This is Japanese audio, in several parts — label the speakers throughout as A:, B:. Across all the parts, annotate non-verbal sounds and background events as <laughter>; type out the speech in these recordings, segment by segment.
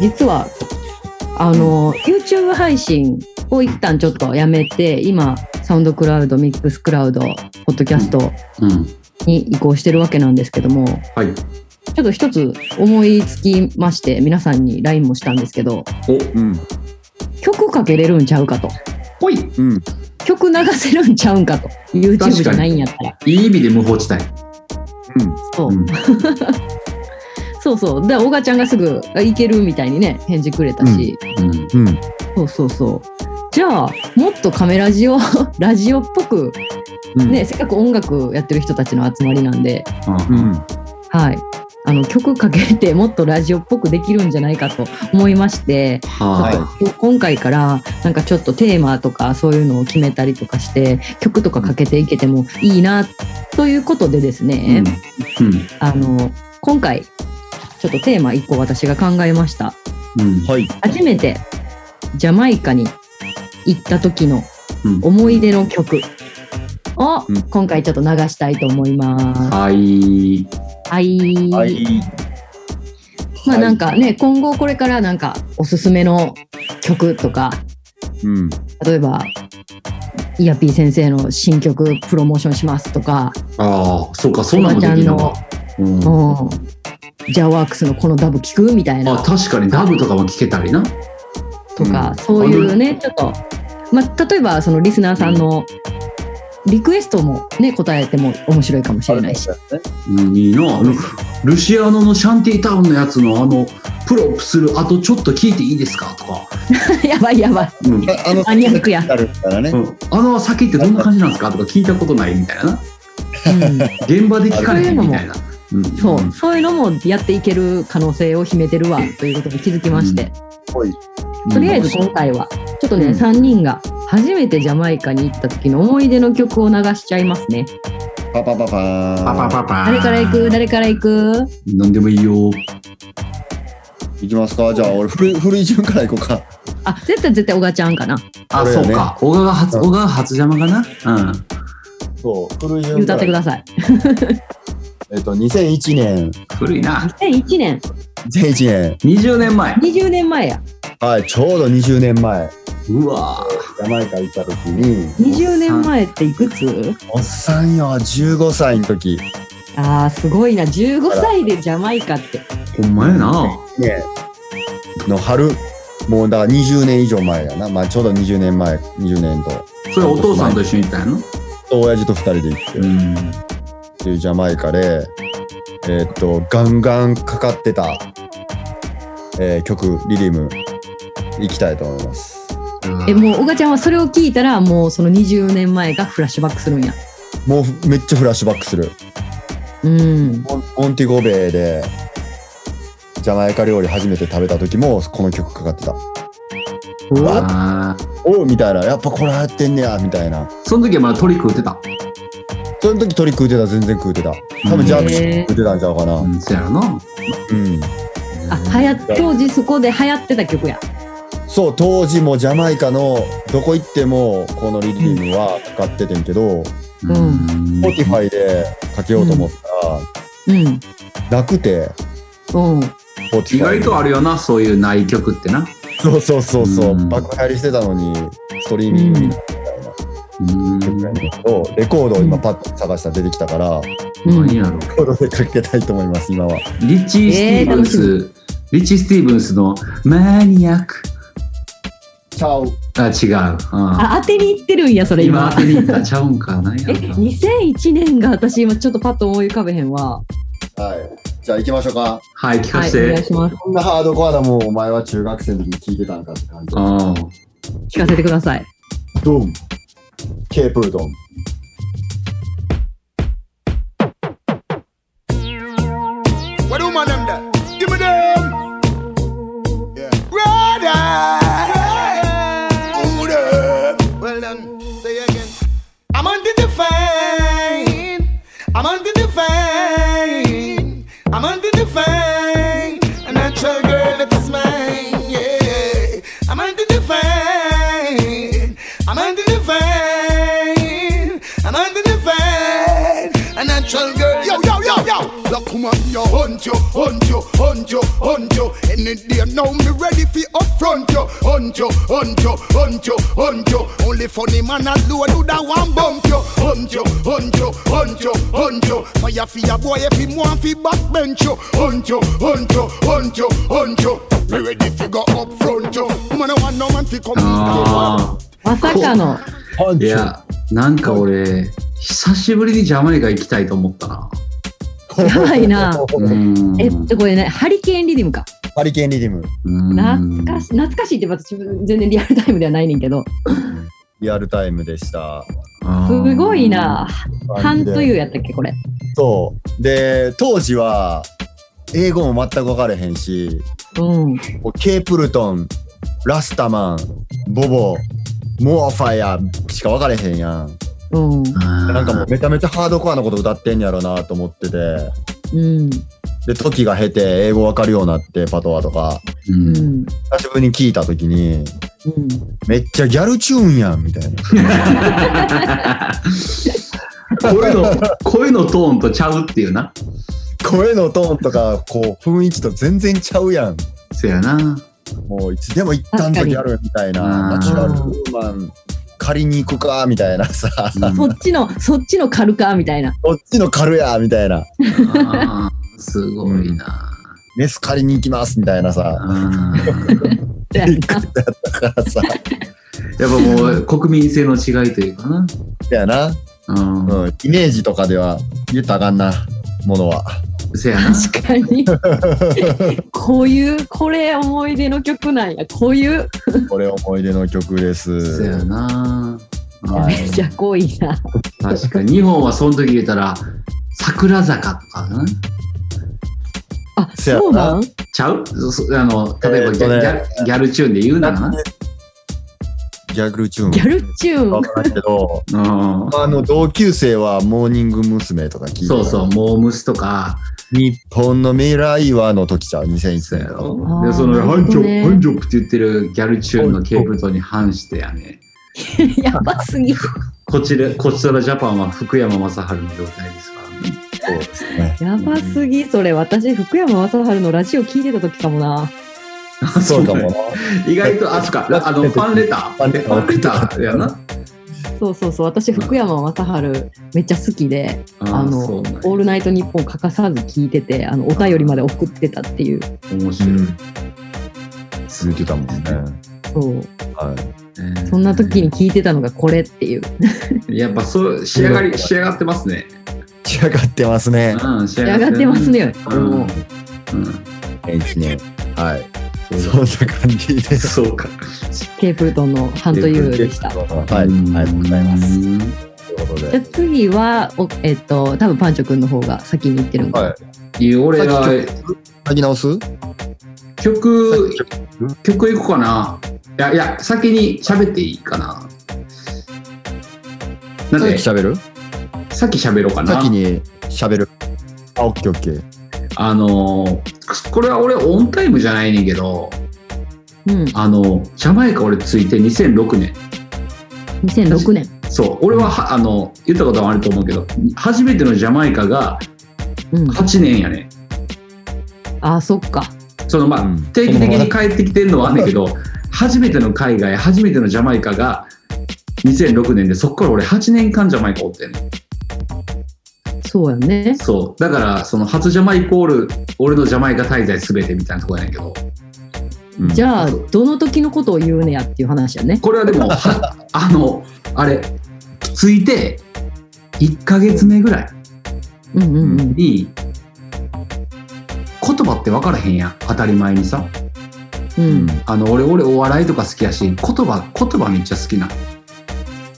A: 実は、あの、YouTube 配信を一旦ちょっとやめて、今、サウンドクラウド、ミックスクラウド、ポッドキャスト
B: うん。
A: に移行してるわけなんですけども、
B: はい。
A: ちょっと一つ思いつきまして、皆さんに LINE もしたんですけど、
B: お、
C: うん。
A: 曲かけれるんちゃうかと。
B: ほい。
C: うん。
A: 曲流せるんちゃうんかと。YouTube じゃないんやったら。
B: いい意味で無法地帯。
A: そう。
B: うん。
A: そうそう。で、小賀ちゃんがすぐ、あいけるみたいにね、返事くれたし。
B: うん。
C: うん。
A: そうそうそう。じゃあ、もっとカメラジオ、 <laughs> ラジオっぽく、
C: うん。
A: ね、せっかく音楽やってる人たちの集まりなんで、
C: う
B: あ
C: ん。
A: はい。あの、曲かけて、もっとラジオっぽくできるんじゃないかと思いまして、
B: はい。
A: ちょっと今回から、なんかちょっとテーマとかそういうのを決めたりとかして、曲とかかけていけてもいいな、ということでですね、
B: うん。
A: あの、今回、ちょっとテーマ1個私が考えました。
B: うん。
C: はい。
A: 初めてジャマイカに行った時の
B: うん
A: 思い出の曲を
C: うん
A: 今回ちょっと流したいと思います。
B: はい。
A: はい。
C: はい。
A: まあなんかね、今後これからなんかおすすめの曲とか、
C: うん。
A: 例えば、イヤピー先生の新曲プロモーションしますとか、
B: ああ、そうか、そんなのできるのか。うん
A: うん、ジャワークスのこのダブ聞くみたいな
B: あ、確かにダブとかも聞けたりな。
A: とか、
C: うん
A: そういうねちょっと、まあ、例えばそのリスナーさんのリクエストもね答えても面白いかもしれないし、
B: うん、いいな。あのルシアノのシャンティタウンのやつのあの、プロップする、あとちょっと聞いていいですかとか。
A: <laughs> やばいやばい
B: うん。
C: ああの、
A: マニアックや
C: あるからね
B: う。んあの酒ってどんな感じなんですかとか聞いたことないみたいな。
A: う
B: 現場で聞かれへんみたいな。うん
A: ん、そう、そういうのもやっていける可能性を秘めてるわということに気づきまして、
C: はい。
B: うん
A: とりあえず今回はちょっとね、
B: うん
A: 3人が初めてジャマイカに行った時の思い出の曲を流しちゃいますね
C: パパパパーン
B: パパパパ。
A: 誰から行く誰から行く
B: 何でもいいよ。
C: いきますかじゃあ俺古い古い順からいこうか
A: あ絶対絶対小賀ちゃんかな
B: あ、
C: 俺
B: そ
C: は
B: う
C: ね
B: か。小川が初、
C: うん
B: 小川が初邪魔かな。うん。
C: そう古い順
A: 歌
C: か
A: ってく
C: ら
A: ださい
C: えっと2001年
B: 古いな。
A: 2001年
C: 2001年
B: 20年前。
A: 20年前や
C: はいちょうど20年前
B: うわ
C: ジャマイカ行った時に
A: 20年前っていくつ
C: おっさんよ15歳の時
A: あーすごいな15歳でジャマイカって
B: ぁ。ほんまやな。
C: ねの春もうだから20年以上前やなまあちょうど20年前20年と
B: それお父さんと一緒に行ったんやの
C: 親父と2人で行って
B: う
C: っ
B: ん。
C: ていうジャマイカでえっとガンガンかかってた、えー曲リリム行きたいと思います
A: えもうおがちゃんはそれを聞いたらもうその20年前がフラッシュバックするんや
C: もうめっちゃフラッシュバックする
A: うん
C: モンモンティゴベイでジャマイカ料理初めて食べた時もこの曲かかってた
A: う
C: わ
B: あー
C: おうみたいなやっぱこれ流行ってんねやみたいな
B: その時はまだトリック打てた。
C: その時鳥食うてた全然食うてた多分ジャークシ
A: へ
C: 食うてたんちゃうかな
B: う、
C: うん
B: そやろな。
C: ん
A: あはや当時そこで流行ってた曲や
C: そう当時もジャマイカのどこ行ってもこのリリームはかかっててんけど
A: うん
C: Spotify でかけようと思った
A: うん
C: らなくて
A: うん
C: Spotify
B: 意外とあるよな、そういうない曲ってな。
C: そうそうそうそう
B: うん
C: 爆破りしてたのにストリーミングになったみたいな
B: うん。
C: 曲やねんけどレコードを今パッと探したら出てきたから、
A: うん
B: 何やろ。
C: レコードでかけたいと思います今は
B: リッチー・スティーブン
A: え
B: ス、リッチー・スティーブンスのマニアック。
C: ちゃう
B: あ、違う。
A: あ当てにいってるんやそ
B: うん、
A: れ
B: 今
A: 今
B: 当てに行ったちゃうんか。何や
A: え
B: ろな。
A: 2001年が私今ちょっとパッと思い浮かべへんわ
C: はいじゃあ行きましょうか
B: はい、聞か
A: はい
B: せて。
A: お願いします
C: こんなハードコアだもんお前は中学生の時に聞いてたんかって感じ
B: あ
A: 聞かせてください
C: ドンケープルドン
D: What do man them there? Give me them. Yeah. Rider. Who the- Well done. Say again. I'm on the divine. I'm on the divine. I'm on the divine. A natural girl that is mine. Yeah. I'm on the divine. I'm on the divine. I'm on the divine. A natural girl. Yo, yo, yo, yo. Look, Come on, you hunt you, hunt you, hunt you, hunt you. Any day now, me ready fi upfront you. Hunt you, hunt you, hunt you, hunt you. Only funny man alone do that one bump you. Hunt you, hunt you, hunt you, hunt you. Fire fi a boy if he want fi backbench you. Hunt you, hunt you, hunt you, hunt you. Me ready fi go upfront you. Man, I want no man fi come.
E: Ah.
B: あ
A: まさかの。
C: パン
B: あ。い
C: チ
B: や、なんか俺、久しぶりにジャマイカ行きたいと思ったな。
A: やばい
C: <laughs>
A: な
B: うん
A: えっと、これね、ハリケーンリディムか。
C: ハリケーンリディム。
B: うん
A: 懐かしい、懐かしいって私全然リアルタイムではないねんけど、
C: リアルタイムでした。
A: すごい。な。半という
C: う。
A: やったっけ、これ。
C: そう。で、当時は、英語も全く分かれへんし、
A: うん。
C: もうケープルトン、ラスタマン、ボボ、モアファイアしか分かれへんやん。
A: うん。
C: な
B: なん
C: かもうめちゃめちゃハードコアなこと歌ってんやろなと思ってて。
A: うん。
C: で、時が経て英語分かるようになって、パトワとか。
B: う。
A: うんん。
C: 久しぶりに聞いた時に、
A: うん。
C: めっちゃギャルチューンやんみたいな。
B: 声の、声のトーンとちゃうっていうな。
C: 声のトーンとか、こう、雰囲気と全然ちゃうやん。
B: せやな。
C: もういつでも一旦とギャルみたいな、
B: うん
C: ナチュラルウーマン借りに行くかみたいなさ、
B: うん
A: そっちの、そっちのカルカーみたいな。
C: こっちの狩るやみたいな、
B: あーすごいな。
C: メス借りに行きますみたいなさ、
B: あー
A: や
C: びっくりだったからさ、
B: やっぱもう国民性の違いというかな。
C: せやな、
B: うん
C: うん、イメージとかでは言ったらあかんな、ものは。
B: せやな。
A: 確かに。こういう、これ思い出の曲なんや。こういう。
C: これ思い出の曲で
B: せや
C: す。
B: な。
C: は
A: め
C: い
A: っちゃ濃いな。
B: 確かに。日本はその時入れたら、桜坂とかな。
A: あ、
C: せやな
A: そうなん
B: ちゃうそそあの、例えばギャ,、
C: えーとね
B: ギャルギャルチューンで言うならな。
C: ギャグルチューン
A: ギャルチュー
C: わ
A: ン。
C: からんけど、
B: うん
C: あの同級生はモーニング娘。とか聞いて
B: そうそう、モームスとか。
C: 日本の未来はの時ちゃう、2001
B: そうや
C: 年の。
B: ろ
A: あー
B: でその「
A: な
B: ハ
A: る
B: ン
A: ほ
B: チ
A: ど
B: ョ
A: ね
B: ップハンチョップ」って言ってるギャルチューンのケーブルトに反してやね
A: やばすぎ。
B: こちらこちらジャパンは福山雅治の状態ですからね
C: そうですね。
A: やばすぎ、それ。私、福山雅治のラジオ聞いてた時かもな。
C: そうかもな。
B: <laughs> 意外とあそっ
A: <laughs>
B: かあのファンレターフ
C: ファンレター
B: ァンレターやな
A: そうそうそう。私、福山雅治めっちゃ好きで、あ
B: ー
A: の、
B: そ
A: オ
B: うなんや
A: ールナイトニッポン欠かさず聞いてて、あの、お便りまで送ってたっていう。
B: 面白い、
C: 続けたもんね。
A: そう。
C: はい。
B: えー
A: そんな時に聞いてたのがこれっていう。
B: やっぱそう仕上がり仕上がってますね
C: 仕上がってますね。
B: うん仕
A: 仕上がってますね。
B: うん
A: もう
B: うん
C: 一年。はい。 <laughs> そんな感じで
B: <laughs>
C: す。
B: そうか
A: ケープルトンのハントユーでした。
C: はい。ありがとうございます。ということ
A: じゃあ
C: で。
A: 次は、おえっと、多分パンチョくんの方が先に行ってるんで、
C: はい。
B: いや俺が
C: 書き直す
B: 曲曲いこうかないやいや先に喋っていいかななんで
C: 喋る
B: さっき喋ろうかな。
C: 先に喋る。あ、オッケーオッケー。
B: あのー、これは俺オンタイムじゃないねんけど、
A: うん、
B: あの、ジャマイカ俺ついて2006年。
A: 2006年。
B: そう、俺ははあの、言ったこともあると思うけど、初めてのジャマイカが
A: うん、
B: 8年やねん。
A: あ、そっか。
B: そのまあ、
C: うん
B: 定期的に帰ってきてんのはあんねんけど、初めての海外、初めてのジャマイカが2006年で、そっから俺8年間ジャマイカおってんねん
A: そうやね。
B: そう。だから、その初ジャマイコール、俺のジャマイカ滞在全てみたいなとこやねんけど、
C: うん
A: じゃあ、どの時のことを言うねやっていう話やね。
B: これはでも、はあの、あれ、ついて1ヶ月目ぐらい
A: うんうんうん。
B: に、言葉って分からへんやん、当たり前にさ。
A: う
C: うんん。
B: あの、俺、俺、お笑いとか好きやし、言葉、言葉めっちゃ好きなの。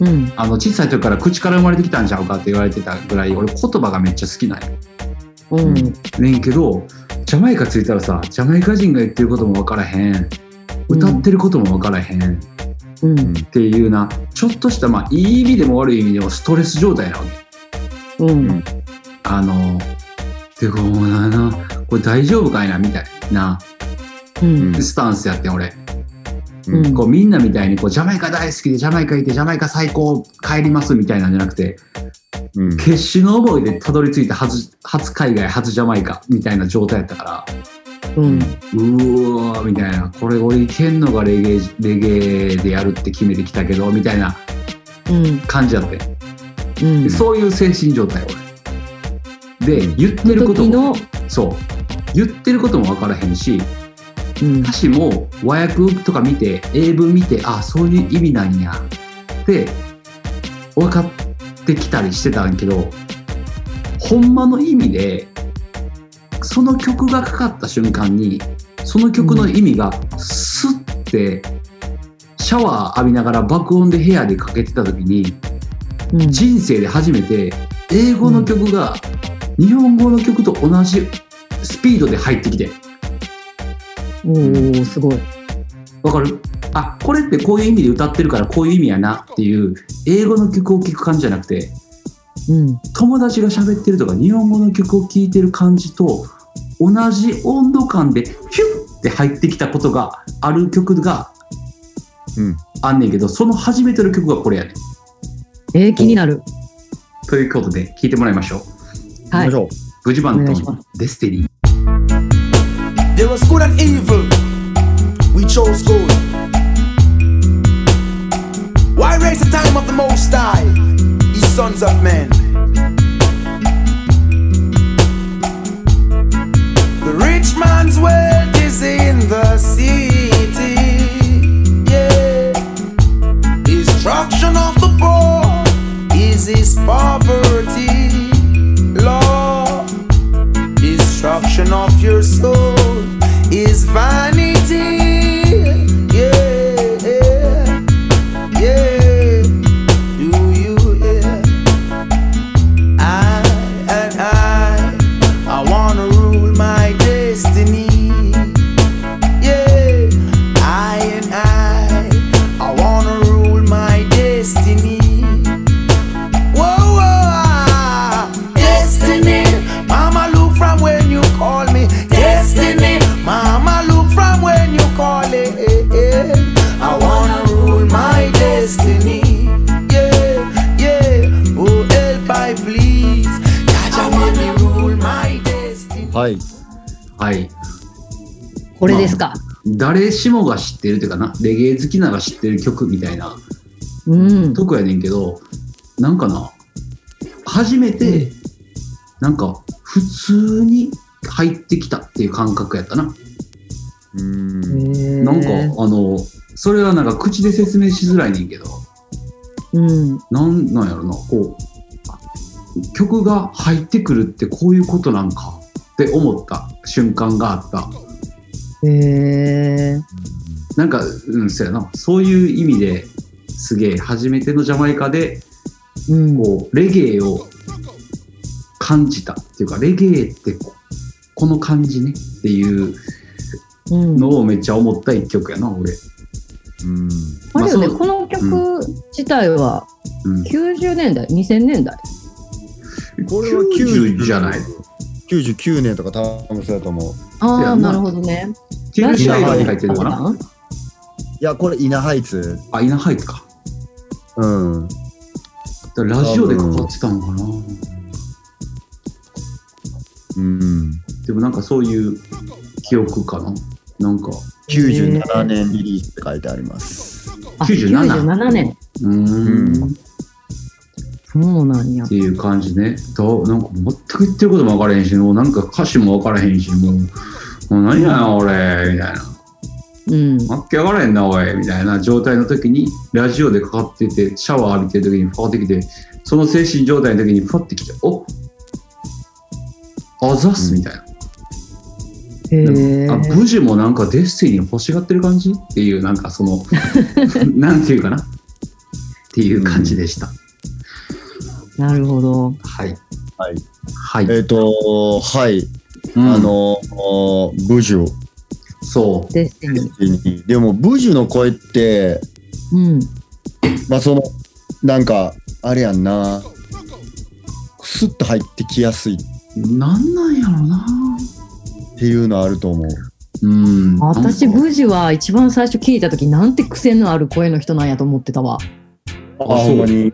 A: うん。
B: あの、小さい時から口から生まれてきたんちゃうかって言われてたぐらい、俺、言葉がめっちゃ好きなんよ。
A: うん。
B: ねんけど、ジャマイカ着いたらさ、ジャマイカ人が言ってることも分からへん。歌ってることも分からへん。
A: うん。
B: っていうな、ちょっとした、まあ、いい意味でも悪い意味でもストレス状態なわけ。
A: うん。
B: あの、てか、お前な、これ大丈夫かいな、みたいな
A: うん。
B: スタンスやってん、俺。
A: うん。
B: こう、みんなみたいに、こう、ジャマイカ大好きで、ジャマイカいて、ジャマイカ最高、帰ります、みたいなんじゃなくて、
C: うん。
B: 決死の思いでたどり着いた初初海外初ジャマイカみたいな状態やったから
A: うん。
B: うーわーみたいなこれ俺いけんのがレゲエレゲエでやるって決めてきたけどみたいな
A: うん。
B: 感じやって、
A: うん。
B: そういう精神状態俺で言ってること
A: 時の
B: も、そう言ってることも分からへんし
A: うん
B: 歌詞も和訳とか見て英文見てあそういう意味なんやって分かってきたりしてたんやけどほんまの意味でその曲がかかった瞬間にその曲の意味がスッてシャワー浴びながら爆音で部屋でかけてた時に
A: うん
B: 人生で初めて英語の曲が日本語の曲と同じスピードで入ってきて。
A: おー、すごい。
B: わかるあこれってこういう意味で歌ってるからこういう意味やなっていう英語の曲を聴く感じじゃなくて
A: うん。
B: 友達が喋ってるとか日本語の曲を聴いてる感じと同じ温度感でヒュッて入ってきたことがある曲が
C: うん
B: あんねんけど、その初めての曲がこれやねん。
A: えー、気になる。
B: ということで聴いてもらいましょう。
A: は
C: 行きま
A: い
C: し。ょう。
B: グジバン
A: お
B: ト
A: 願いしま
B: ンデスティニー。
E: There was good and evil. We chose good. Why raise the time of the Most High, ye sons of men? The rich man's wealth is in the city. Yeah. Destruction of the poor is his poverty. Lord destruction of your soul is vanity. Yeah, yeah. Do you hear? I and I, I wanna rule my destiny. Yeah, I and I, I wanna rule my destiny. Whoa, whoa, ah. destiny. Mama, look from when you call me. Destiny. Mama, look from when you call it. I wanna rule my destiny. Yeah, yeah. Oh, help I please. Jaja, let me rule my destiny.
C: はい。
B: はい。
A: これですか。
B: 誰しもが知ってるというかな、レゲエ好きなら知ってる曲みたいな
A: うん。
B: とこやねんけどなんかな初めて、なんか普通に入ってきたっていう感覚やったな、
C: うーん。
A: な
B: なんかあのそれはなんか口で説明しづらいねんけど
A: うん。
B: なんなんやろなこう曲が入ってくるってこういうことなんかって思った瞬間があった
A: へえ。
B: なんかうんそうやなそういう意味ですげえ初めてのジャマイカで
A: うん。
B: こうレゲエを感じたっていうかレゲエってここの感じねっていう
A: うん
B: のをめっちゃ思った一曲やな俺、
C: うん。
A: あれよね、
B: まあそう
A: この曲自体は
B: うん、
A: 90年代、2000年代。
C: これは
B: 90じゃない。
C: 99年とか多分そうだと思う。
B: や
A: あ
B: な
A: あ、なるほどね。
B: 90シャイバーに入ってるのかない
C: や、これ、イナハイツ。
B: あイナハイツか
C: うん。
B: だからラジオでかかってたのかな
C: うん。
B: でもなんかそういう記憶かななんか
C: 97年リリースって書いてあります。
A: あ
B: 97
A: 97年。
B: うー
C: うん
B: っ
A: そうなんや。
B: ていう感じねとなんか全く言ってることも分からへんしもうなんか歌詞も分からへんしもうもう何やな俺みたいな
A: うん。
B: 負け上がれんな、おいみたいな状態の時に、ラジオでかかってて、シャワー浴びてる時に、パーってきて、その精神状態の時に、パッてきて、おあざっすみたいな。
A: へえ。
B: あブジもなんかデスティニー欲しがってる感じっていう、なんかその、なんていうかなっていう感じでした。
A: なるほど。
B: はい。
C: はい。
B: はい。
C: えっ、と、はい。
B: うん
C: あ、の、おブジュ
B: そ
A: デスティニー。
C: に。でも、ブジュの声って、
A: うん。
C: まあ、その、なんか、あれやんな。スッと入ってきやすいっ
B: う。なんなんやろな。
C: ていうのあると思う。
B: うん。
A: 私、ブジは一番最初聞いたとき、なんて癖のある声の人なんやと思ってたわ。
B: あ
C: あ、ほんまに。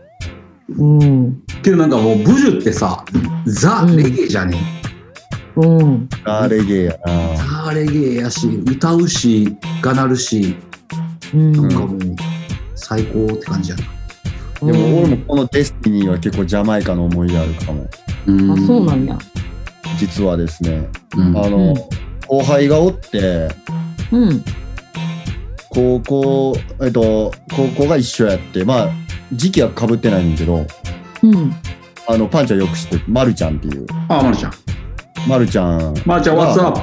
A: うん。
B: けどなんかもうブジュってさザ・レゲエじゃね
A: うん。
C: あレゲエやな。
B: ザ、レゲエやし歌うしがなるし
A: うん。
B: なんかもう最高って感じやな
C: でも俺もこのデスティニーは結構ジャマイカの思い出あるかも。
A: あ、そうなんや。
C: 実はですね、
B: うん
C: あ
A: うん
C: の、後輩がおって、
A: うん。
C: 高校、えっと、高校が一緒やって、まあ、時期は被ってないんだけど、
A: うん。
C: あの、パンチはよく知ってる、まるちゃんっていう。
B: あまるちゃん
C: まるちゃん、
B: まるちゃん What's up?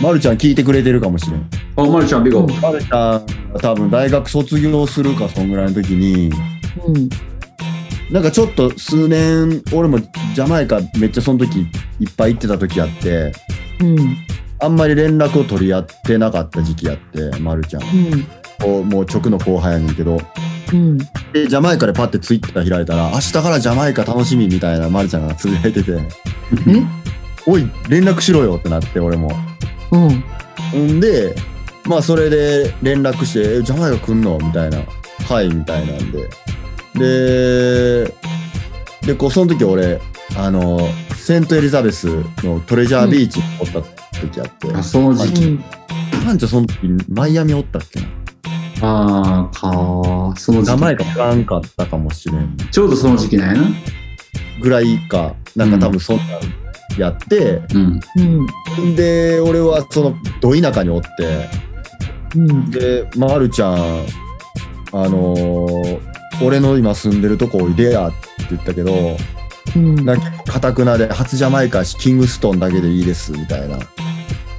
C: まるちゃん聞いてくれてるかもしれん。
B: あまるちゃんビゴ
A: うん
C: まるちゃんが多分大学卒業するか、そんぐらいの時に、
A: うん。
C: なんかちょっと数年、俺もジャマイカめっちゃその時いっぱい行ってた時あって、
A: うん。
C: あんまり連絡を取り合ってなかった時期あって、まるちゃん。
A: うん。
C: こうもう直の後輩やねんけど。
A: うん。
C: で、ジャマイカでパッてツイッター開いたら、明日からジャマイカ楽しみみたいなまるちゃんがつぶやいてて、
A: え
C: おい、連絡しろよってなって、俺も。
A: うん。
C: んで、まあそれで連絡して、え、ジャマイカ来んのみたいな。はい、みたいなんで。で、で、こう、その時俺、あの、セントエリザベスのトレジャービーチにおった時あって、
B: あその時期
A: うん。
C: なんじゃその時マイアミおったっけな
B: ああかその時
C: ジャマイカ
B: 期
C: 知らんかったかもしれん。
B: ちょうどその時期なんやな
C: ぐらいか、なんか多分そんなんやって、
B: うん
A: うん。
C: で、俺はそのど田舎におって、
A: うん。
C: で、まるちゃん、あのー俺の今住んでるとこおいでやって言ったけど、
A: うん。
C: なんかかたくなで、初ジャマイカやし、キングストンだけでいいですみたいな。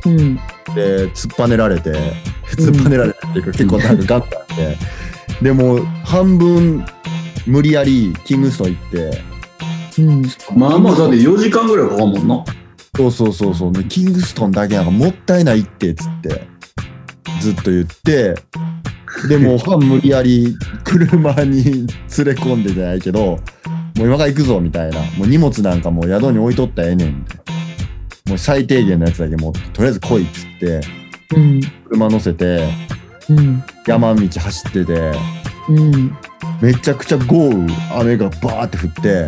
A: うん。
C: で、突っぱねられて、突っぱねられてっていうか、結構なんかガッとあって、でも、半分、無理やりキングストン行って、
A: うん。
B: まあまあだって4時間ぐらいかかるもんな
C: そうそうそうそう、ね、キングストンだけなんかもったいないってっつってずっと言ってでもファン無理やり車に連れ込んでじゃないけどもう今から行くぞみたいなもう荷物なんかもう宿に置いとったらええねんみたいなもう最低限のやつだけ持ってとりあえず来いっつって
A: うん。
C: 車乗せて
A: うん。
C: 山道走ってて
A: うん。
C: めちゃくちゃ豪雨雨がバーって降って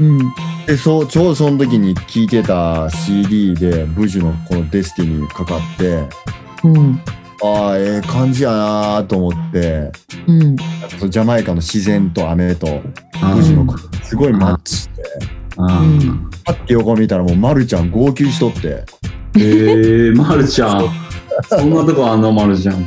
A: うん。
C: でそうちょうどその時に聴いてた CD でブジュのこの「デスティニー」かかって
A: うん。
C: ああ、ええ感じやなーと思って、
A: うん。
C: なんかそのジャマイカの自然と雨と、
B: あ
C: 富士
B: ー
C: の風すごいマッチして、
B: あー
C: パッて横見たらもうまるちゃん号泣しとって、
B: へえまるちゃんそんなとこあんのまるちゃん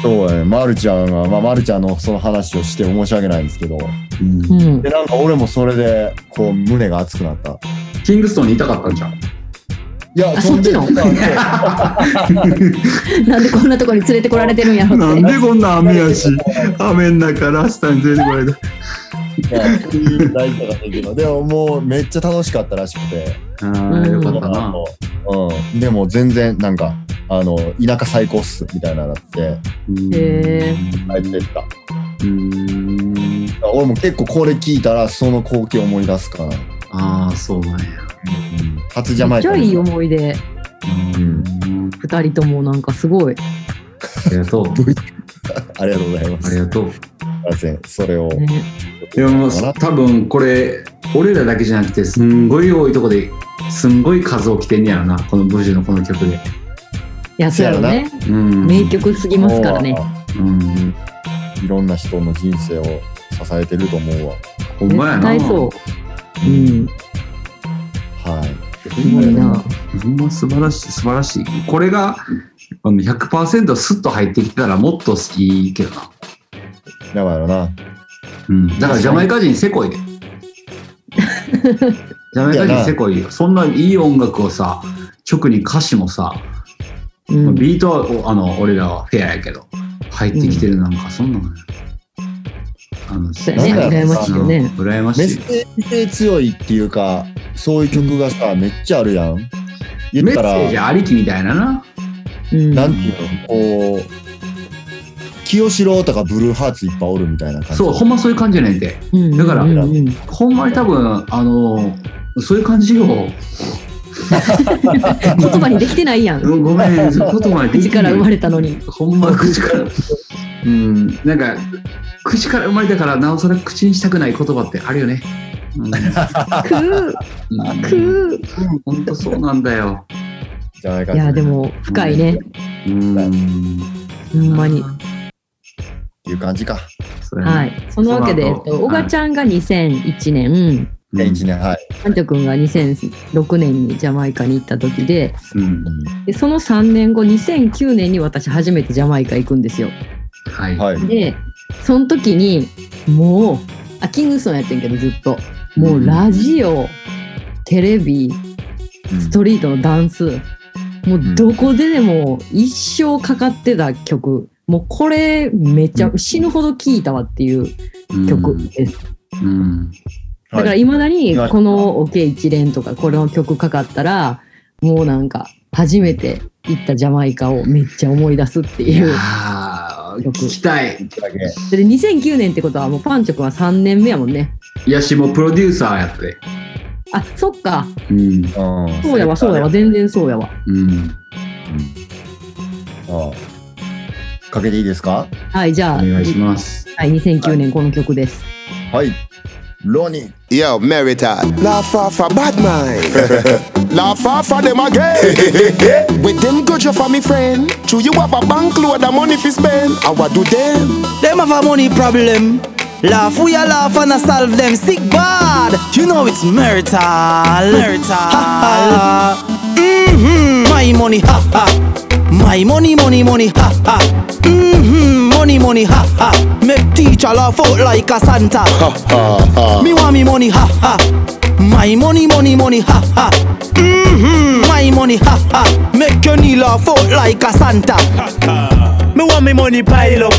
C: そうやね、まるちゃんが、まあ、まるちゃんのその話をして申し訳ないんですけど、
B: うん
A: うん。
C: で、なんか俺もそれで、こう、胸が熱くなった。い
B: キングストンにいたかったんじゃ <laughs> ん
C: や、
A: あ
C: んで、
A: そっちの
C: なんか
A: なんでこんなとこに連れてこられてるんやろって。
B: こんな雨やし雨の中ラスタに出てこられた
C: そういう大事だったけど、でももうめっちゃ楽しかったらしくて、
B: あーよかったな
C: うん、でも全然なんか、あの、田舎最高っす、みたいなのなって、
B: うん
A: へ
C: 帰ってった。
B: うん
C: 俺も結構これ聞いたらその光景思い出すから、
B: ああそうなんや
C: 初ジャ
A: め
C: マ
A: っ
C: イ
A: ち
C: カ
A: ゃ
C: に
A: いい思い出。
B: うん
A: 二人ともなんかすごい。
B: ありがとう
C: ありがとうございま
B: あ
C: す
B: りがとう
C: すいませんそれを
A: ね
B: いやもう多分これ俺らだけじゃなくてすんごい多いとこですんごい数をきてんねやろなこのブジュのこの曲で、
A: いや、そうやろ
C: そうや
A: ね。
B: うん、
A: 名曲すぎますからね。
B: うん
C: いろんな人の人生を支えてると思うわ
B: ほんまや
A: 絶
B: な
A: 対そう。うん。
C: はい
A: す
B: ほん
A: ご
B: ま
A: い
B: や
A: な
B: な。ほんま素晴らしい素晴らしいこれがあの100%スッと入ってきたらもっと好きけどな、
C: やばいのな
B: うん、だからジャマイカ人せこいでジャマイカ人せこいよそんないい音楽をさ直に歌詞もさ
A: うん
B: ビートはおあの俺らはフェアやけど入ってきてるなんかそんなの、あの
A: そう
C: やね
B: 最
C: 羨
B: 高
C: ましい
A: よね
B: うん羨まし
C: メッ
B: い
C: セージ性強いっていうかそういう曲がさめっちゃあるやん言
B: メ
C: っ
B: ッセ
C: たら
B: ージありきみたいなな
A: うん
C: なんていうのこう清志郎とかブルーハーツいっぱいおるみたいな感じ
B: そうほんまそういう感じやねんて
A: うん
B: だから
A: うんうん
B: ほんまに多分あのそういう感じを
A: 言葉にできてないやん。
B: ごめん、言葉にで
A: 口
B: き
A: か
B: ない
A: ら生まれたのに。
B: ほんま口から。うん、なんか、口から生まれたから、なおさら口にしたくない言葉ってあるよね。うん、
A: くー、く
B: ほんとそうなんだよ。
C: じゃないか
A: ー。いや、でも、深いね。
B: うん。
A: ほんまに。
C: いう感じか。
B: そうやね。
A: はい。そのわけで、えっ
B: その
A: と
B: 後
A: 小賀ちゃんが2001年、
B: うん
C: 1年、はい。
A: サンチョ君が2006年にジャマイカに行った時で、
B: うん
A: でその3年後、2009年に私初めてジャマイカ行くんですよ。
B: はい。
C: はい。
A: で、その時に、もう、あ、キングストンやってんけど、ずっと。もう、ラジオ、テレビ、ストリートのダンス、もうどこででも一生かかってた曲、もうこれめっちゃ
B: うん
A: 死ぬほど聴いたわっていう曲です。
B: うん。
A: だから
C: はい
A: まだに
C: はい
A: この OK 一連とかこの曲かかったら、もうなんか初めて行ったジャマイカをめっちゃ思い出すって
B: い
A: い
B: や
A: う。
B: ー、
A: 曲
B: 聞きたい。
A: で2009年ってことはもうパンチョくんは3年目やもんね。
B: いやし、もうプロデューサーやって。
A: あ、そっか。
B: うん。
C: うん
A: そうやわ、そうやわ。全然そうやわ。
B: うん。
C: うんかけていいですか
A: はい、じゃ
B: お
A: あ、
B: 願いします。
A: はい、2009年この曲です。
C: はい。ロニー。
F: Yo, Meritard. Laugh off a bad <laughs> mind. Laugh off of them again. <laughs> With them good you for me friend. True you have a bank load of money fi spend. I what do them?
E: Them have a money problem. Laugh, we a laugh and a solve them sick bad. You know it's murder, murder. mm-hmm. My money, ha ha. My money, money, money, ha ha. Mm-hmm. Money, money, ha ha. Make teacher laugh out like a Santa.
F: Uh-huh.
E: Me want me money, ha ha. My money, money, money, ha ha. Mm-hmm. My money, ha ha. Make your knee laugh out like a Santa. Me want me money pile up.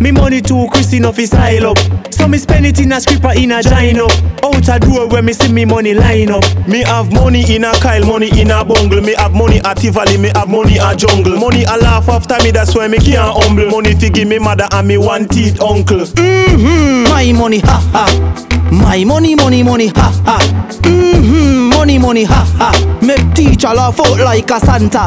E: Me money too Christine off his style up. So me spend it in a scraper in a gino. Out a door where me see me money line up.
G: Me have money in a Kyle, money in a bungle. Me have money at Tivoli, me have money at jungle. Money a laugh after me, that's why me can't humble. Money fi give me mother and me one teeth uncle.
E: Mm-hmm. My money, ha ha. My money, money, money, ha ha. Mm-hmm. Money, money, ha ha. Make teacher laugh out like a Santa.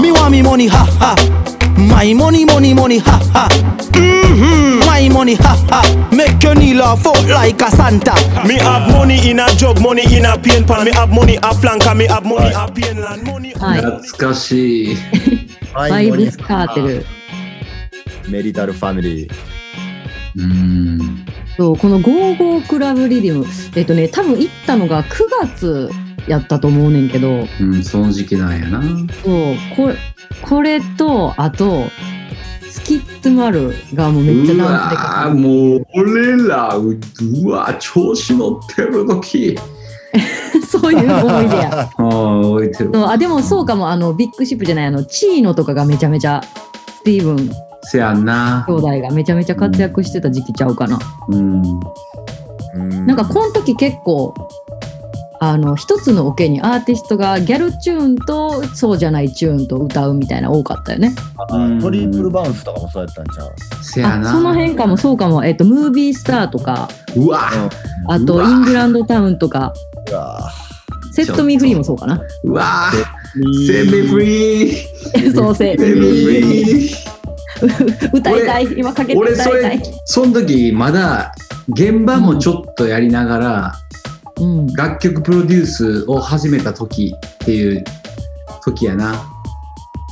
E: me want me money, ha ha. My money, money, money, ha ha. Mm-hmm. My money, ha ha. Make your knee laugh out like a Santa.
G: Me have money in a jug, money in a pain pan. Me have money a flank, and me have money a pain land. Money.
A: はい。
B: 懐かしい。
A: バイブスカーテル。
C: メリタルファミリー。
B: うん。
A: そうこの「ゴーゴークラブリディム」えっとね多分行ったのが9月やったと思うねんけど
B: うん、その時期なんやな。
A: そうここれとあとスキットマルがもうめっちゃ
B: う
A: ダンスで
B: わ
A: か
B: ー
A: か
B: もう俺ら、ううわー調子乗ってる時。
A: る <laughs> そういう思い出や
B: ああ、覚えてる
A: そ。うあでもそうかもあのビッグシップじゃないあのチーノとかがめちゃめちゃスティーブン
B: せやんな
A: 兄。弟がめちゃめちゃ活躍してた時期ちゃうかな、
B: うん。
C: な
A: なんかこの時結構あの一つのオ、ケにアーティストがギャルチューンとそうじゃないチューンと歌うみたいな多かったよね
C: うんトリプルバウンスとかもそうやったんちゃう
B: せや
A: あ
B: な。
A: その辺かもそうかも、えっとムービースターとか
B: うわー
A: あ
B: う
A: とイ
B: わ
A: ングランドタウンとか
C: うわぁ
A: セットミーフリーもそうかな
B: うわーセミフリー
A: そうせ
B: セミフ <laughs> リー
A: 歌いたい今かけて
B: 俺
A: 歌
B: そ
A: いたい
B: れ、その時まだ現場もちょっとやりながら、
A: うん、
B: 楽曲プロデュースを始めた時っていう時やな。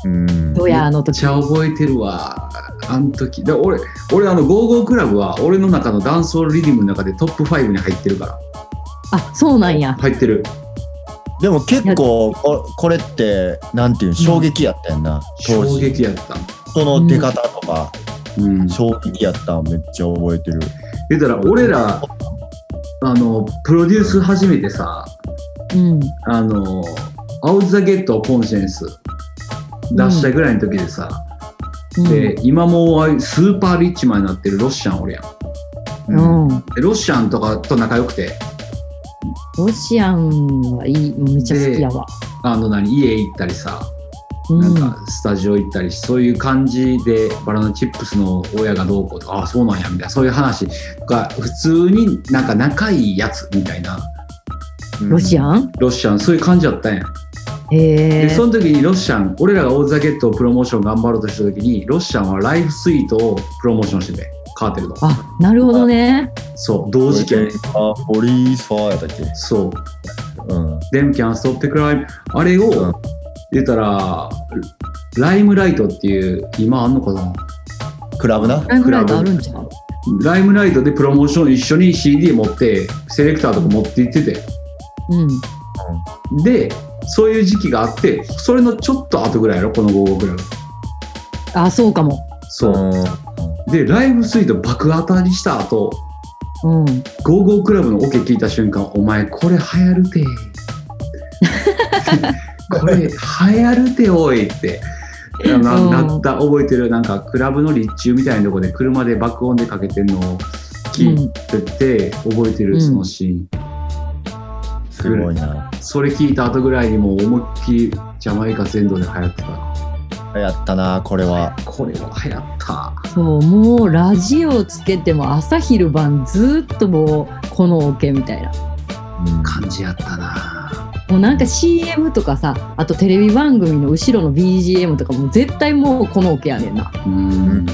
C: うん
A: どうやあの
B: めっ
A: 時
B: ちゃ覚えてるわ。あの時。だ俺、俺あの、ゴーゴークラブは俺の中のダンスホールリズムの中でトップ5に入ってるから。
A: あそうなんや
B: 入ってる。
C: でも結構ここれってなんていうの衝撃やったやんな、当
B: 衝
C: 時
B: 撃やった。
C: その出方とか、
B: うん。
C: 衝撃やったんめっちゃ覚えてる
B: 言ったら、俺ら、あの、プロデュース始めてさ、
A: うん
B: あの、アウザゲットコンセンス出したぐらいの時でさ、で、今もうああいうスーパーリッチマンになってるロッシャンおるやん。
A: うん、うん、
B: でロッシャンとかと仲良くて、
A: ロシアンはいいめっちゃ好きやわ、
B: あの何家行ったりさ、
A: うん、
B: なんかスタジオ行ったりそういう感じでバラのチップスの親がどうこうとかああそうなんやみたいなそういう話が普通になんか仲いいやつみたいな
A: ロシアン
B: ロッシャンそういう感じだったんや
A: へ
B: で
A: え
B: その時にロッシャン俺らがオーザゲットをプロモーション頑張ろうとした時にロッシャンはライフスイートをプロモーションしててカーテルの
A: あなるほどね
B: そう同時期やね
C: あ、ポリースファーやったっけ
B: そう
C: うん。
B: 「Them can stop the crime」あれ
C: うん
B: を言ったらライムライトっていう今あんのかな
C: クラブな。。
A: ライムライトあるんちゃう
B: ライムライトでプロモーション一緒に CD 持ってセレクターとか持って行ってて
A: うん
B: でそういう時期があってそれのちょっと後ぐらいやろこの午後ぐらいが
A: あそうかも
B: そううんでライブスイート爆当たりした後
A: うん
B: ゴーゴークラブのオケ聞いた瞬間「お前これ流行
A: <laughs>
B: るて」これ流行るておいってな
A: うん
B: なった覚えてるなんかクラブの立中みたいなとこで車で爆音でかけてんのを聞いてて覚えて
A: う
B: る
A: ん
B: そのシーン、
C: すごいな。
B: それ聞いた後ぐらいにもう思いっきりジャマイカ全土で流行ってた
C: 流行ったな、これは。
B: これは流行った
A: そうもうラジオつけても朝昼晩ずっともうこのオケみたいな
C: うん
B: 感じやったな
A: もうなんか CM とかさあとテレビ番組の後ろの BGM とかも絶対もうこのオケやねんな
B: うん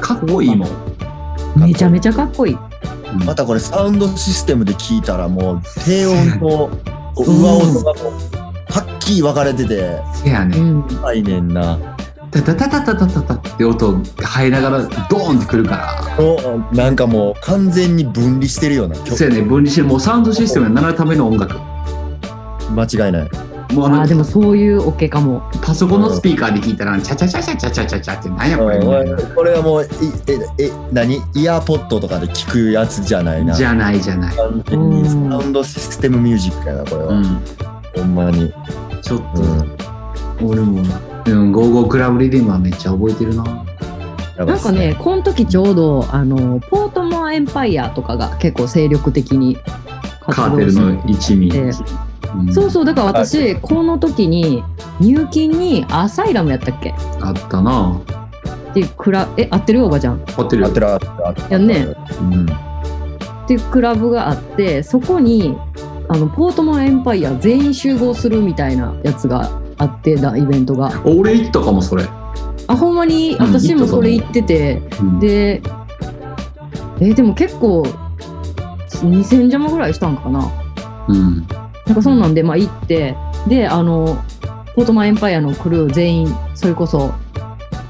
B: かっこいいもん、
A: めちゃめちゃかっこいい
C: またこれサウンドシステムで聞いたらもう低音とこう上音がこうはっきり分かれてて
B: せやね
A: うん
C: 深いねんな
B: タタタタタタタタって音入りながらドーンってくるか
C: おなんかもう完全に分離してるような
B: ら
C: 曲
B: そうやね分離してもうサウンドシステムになるための音楽
C: 間違いない
B: もうあ
A: あ
B: の
A: ーでもそういうオケかも
B: パソコンのスピーカーで聞いたらチャチャチャチャチャチャチャチャってなんやこれみたいな
C: これはもういええ何イヤーポッドとかで聞くやつじゃないな
B: じゃないじゃない
C: 完全にサウンドシステムミュージックやなこれは、
B: うん
C: ほんまに、
B: ちょっ
C: う
B: と、
C: ん、
B: 俺もうんゴーゴークラブリディムはめっちゃ覚えてるな
C: や
A: ない
C: ばっ
A: んか
C: すね
A: ね、この時ちょうど、あの、ポートモアエンパイアとかが結構精力的に
B: カー
A: 動
B: テル
A: して
B: の一味、
A: ええ
B: ん
A: そうそう、だから私、この時に、入金にアサイラムやったっけっ
B: あったな
A: ていうクラえ、合ってるおばちゃん。
B: ホテル
C: あってらあってらあってら
A: やんね
C: うん
A: っていうクラブがあって、そこに、あの、ポートモアエンパイア全員集合するみたいなやつがあって、だイベントが。
B: 俺行ったかもそれ、
A: あ、ほんまに、
B: うん
A: 私もそれ行ってて、
B: うん
A: で、えーでも結構、2000ジャマぐらいしたんかな。
B: うん
A: なんかそんなんで、まあ、行って、で、あの、ポートマンエンパイアのクルー全員、それこそ、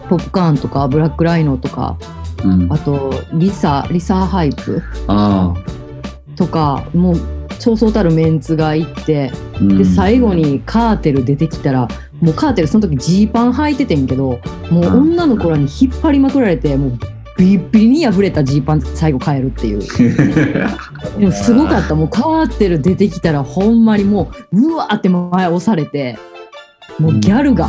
A: ポップカーンとか、ブラックライノとか、
B: うん、あ
A: あと、リサ、リサハイプ
B: あ
A: とか、もう、そうそうたるメンツが行って、
B: ー、うん
A: で、最後
B: <laughs>
A: にカーテル出てきたら、もうカーテルその時ジーパン履いててんけど、もう女の子らに引っ張りまくられて、もう、ビリビリに破れたジーパン最後変えるっていう。
B: <laughs>
A: でもすごかったもうカーテル出てきたらほんまにもううわーって前押されてもうギャルが、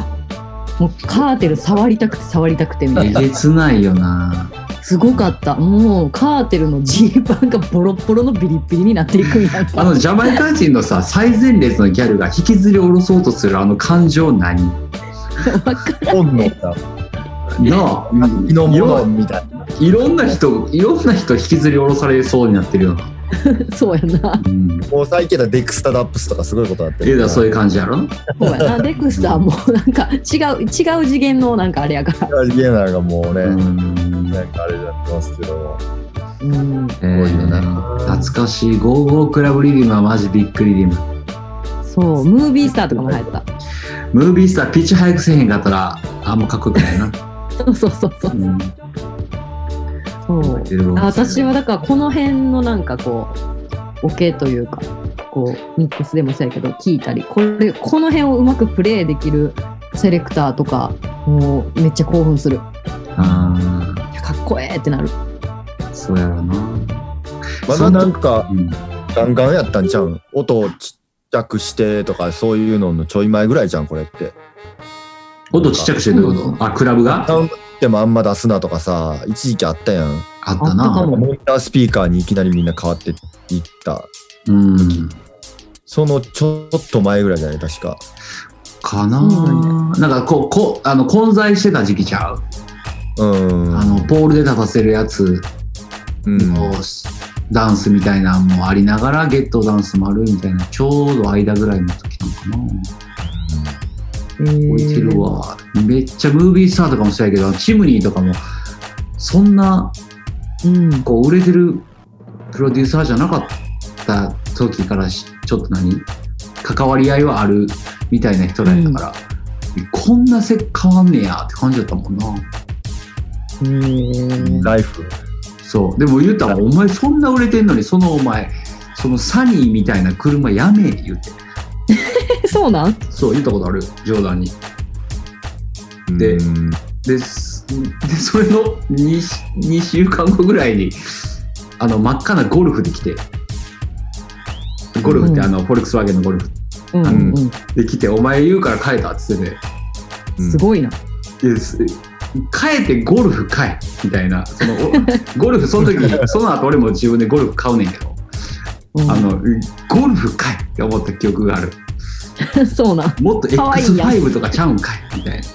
A: もうカーテル触りたくて触りたくてみた
B: え
A: いな
B: げつないよな
A: すごかったもうカーテルのジーパンがボロッボロのビリッビリになっていくみたい
B: <laughs> あ
A: な
B: のジャマイカ人のさ最前列のギャルが引きずり下ろそうとするあの感情何
C: 本能だ
B: なあ
C: 火のものみたいない
B: ろんな人いろんな人引きずり下ろされそうになってるよな、
A: そうやな
B: うん、
C: もう最近だデクスタダップスとかすごいことだった
B: えだそういう感じやろ
A: そうや
B: <laughs>
A: なデクスターもうなんか違う違う次元のなんかあれやから
C: ゲーナーがもうね、
B: うん
C: なんかあれやってますけど
A: うん
B: えー懐かしい「ゴーゴークラブリビム」はマジびっくりリム
A: そうムービースターとかも入った
B: ムービースターピッチ早くせえへんかったらあんまかっこよくないな、
A: そうそうそう <laughs> そううんそう
B: 出るわ
A: あ私はだからこの辺のなんかこうオケというかこうミックスでもそうやけど聞いたりこれこの辺をうまくプレイできるセレクターとかもうめっちゃ興奮するい
B: あー
A: やかっこええってなる
B: そうやろな、
C: ま
B: そ
C: だ
B: ん
C: なんか
B: うん
C: ガンガンやったんちゃうん音をちっちゃくしてとかそういうののちょい前ぐらいじゃんこれって
B: 音ちっちゃくしてるってことあクラブが
C: サウンドでもあんま出すなとかさ一時期あったやん
B: あった
A: あったか
B: な
A: も
C: モニタースピーカーにいきなりみんな変わっていった
B: うん
C: そのちょっと前ぐらいじゃない確か
B: かな
A: そうなん
B: なんかこうこうあの混在してた時期ちゃう
C: うん
B: あのポールで立たせるやつ
C: うん
B: のダンスみたいなんもありながらゲットダンスもあるみたいなちょうど間ぐらいの時なのかな
A: えー
B: 覚えてるわめっちゃムービースターとかもそうやけどチムニーとかもそんな
A: うん。
B: こう売れてるプロデューサーじゃなかった時からしちょっと何関わり合いはあるみたいな人だったから、こんなせ変わんねやって感じだったもんな
A: えー
C: ライフ。
B: そうでも言ったらお前そんな売れてんのにそのお前そのサニーみたいな車やめえ言って
A: えそうなん
B: そう言ったことある冗談にで
C: うん
B: ですでそれの 2, 2週間後ぐらいにあの真っ赤なゴルフで来てゴルフってあの、フォルクスワーゲンのゴルフ
A: うんうんうん。
B: で来て「お前言うから帰った」っつってね
A: すごいな。
B: 「いやす帰ってゴルフ買え」みたいなそのお <laughs> ゴルフその時その後俺も自分でゴルフ買うねんけど、
A: うん
B: あのゴルフ買えって思った記憶がある
A: <laughs> そうなん。
B: もっと
A: かわいいやん
B: X5 とかちゃうんかいみたいな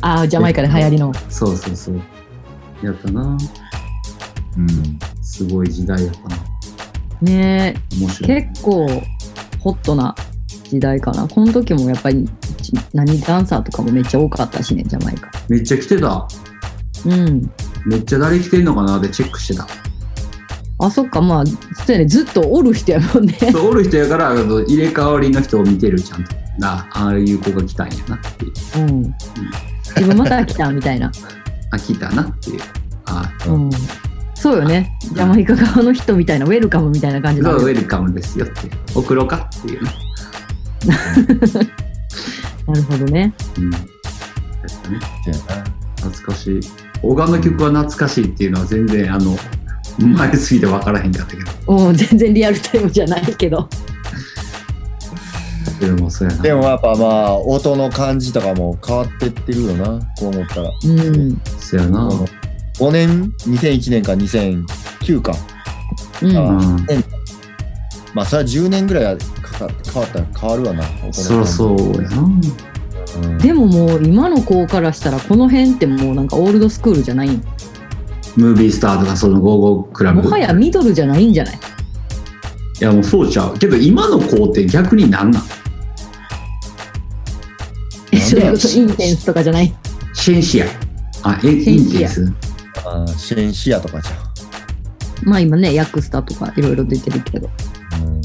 A: ああ、ジャマイカで流行りの。
B: そうそうそうやったな
C: うん
B: すごい時代やったな
A: ね
B: 面白い
A: え、結構ホットな時代かな。この時もやっぱり、ち何ダンサーとかもめっちゃ多かったしね、ジャマイカ。
B: めっちゃ来てた
A: うん。
B: めっちゃ誰来てんのかなってチェックしてた
A: あ、そっか、まあ、そうやね、ずっとおる人やもんね。
B: そうおる人やからあの入れ替わりの人を見てるちゃんとなああいう子が来たんやなっていう
A: うん。自分また来たみたいな。
B: あ来たなっていうあ
A: うん。そうよね。ジャマイカ側の人みたいな、ウェルカムみたいな感じ
B: そ
A: だ
B: うウ
A: ね。
B: ェルカムですよって送ろうかっていうね、
A: なるほどね。
B: うん、やったね
C: せやな
B: 懐かしい小川の曲は懐かしいっていうのは全然あの前すぎて分からへんかったけど
A: うん、全然リアルタイムじゃないけど。
B: でもそうやな
C: でもやっぱまあ音の感じとかも変わってってるよなこう思ったら
A: うん。
B: そうやな
C: 5年2001年か2009か
A: うん。
B: うん
C: まあそれは10年ぐらいかか変わったら変わるわな音の感じ
B: そろそうやな
C: うん
A: でももう今の子からしたらこの辺ってもうなんかオールドスクールじゃないん
B: ムービースターとかその55クラブ
A: もはやミドルじゃないんじゃない
B: いやもうそうちゃうけど今の子って逆になんなん
A: えそれこそインテンスとかじゃない
B: シェンシアあえ
A: シェ
B: イ
A: ン
B: ン
A: シア
B: テンス
C: あーシェンシアとかじゃ
A: まあ今ねヤクスタとかいろいろ出てるけど
C: んうん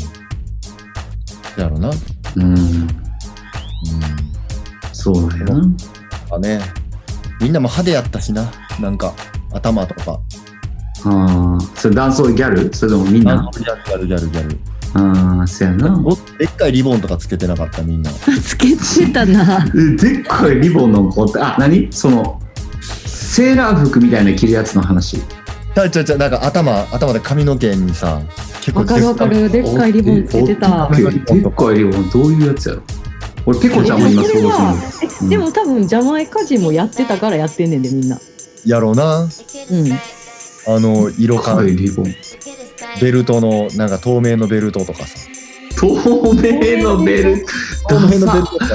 C: だろうなうん
B: うんそうなんやな
C: あねみんなも派手やったしななんか頭とか
B: ああそれ男装ギャルそれともみんな
C: あギャルギャルギャルギャ
B: ああそうやな
C: ルごでっかいリボンとかつけてなかったみんな
A: つけてたな
B: えでっかいリボンの子ってあ何そのセーラー服みたいな着るやつの話
C: ちゃうちゃうちゃうなんか頭頭で髪の毛にさ結構
A: <laughs> わかるわかるでっかいリボンつけてた
B: おでっかいでっかいリボンどういうやつやろ俺ペコちゃんも今そうする
A: でも多分ジャマイカ人もやってたからやってんねんでみんな
C: やろうな
A: うん
C: あの色
B: でっか
C: 感
B: いリボン
C: ベルトのなんか透明のベルトとかさ
B: 透明のベルト
C: 透明のベルトとか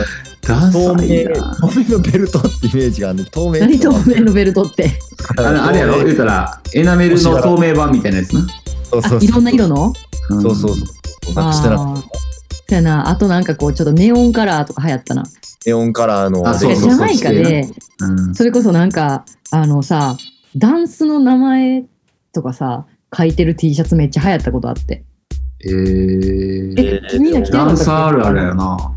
B: ダ
C: 透
B: サい
C: 明
B: な
C: 透明のベルトってイメージがあるね透明
A: 何透明のベルトって
B: あのあれやろ言うたらエナメルの透明版みたいなやつな、
C: そう
A: あ
C: そう
A: いろんな色の
B: ん
C: そうそうそうなんかしてなかっ
A: あーそうやなあとなんかこうちょっとネオンカラーとか流行ったな
C: たネオンカラーの
B: あ
A: ジ
B: そうそうそう
A: ャマイカで
B: うん
A: それこそなんかあのさダンスの名前とかさ書いてる T シャツめっちゃ流行ったことあって
B: えー、
A: え君ら着てな
B: ダ
A: かった
B: ン
A: っけ
B: サーあるあるやな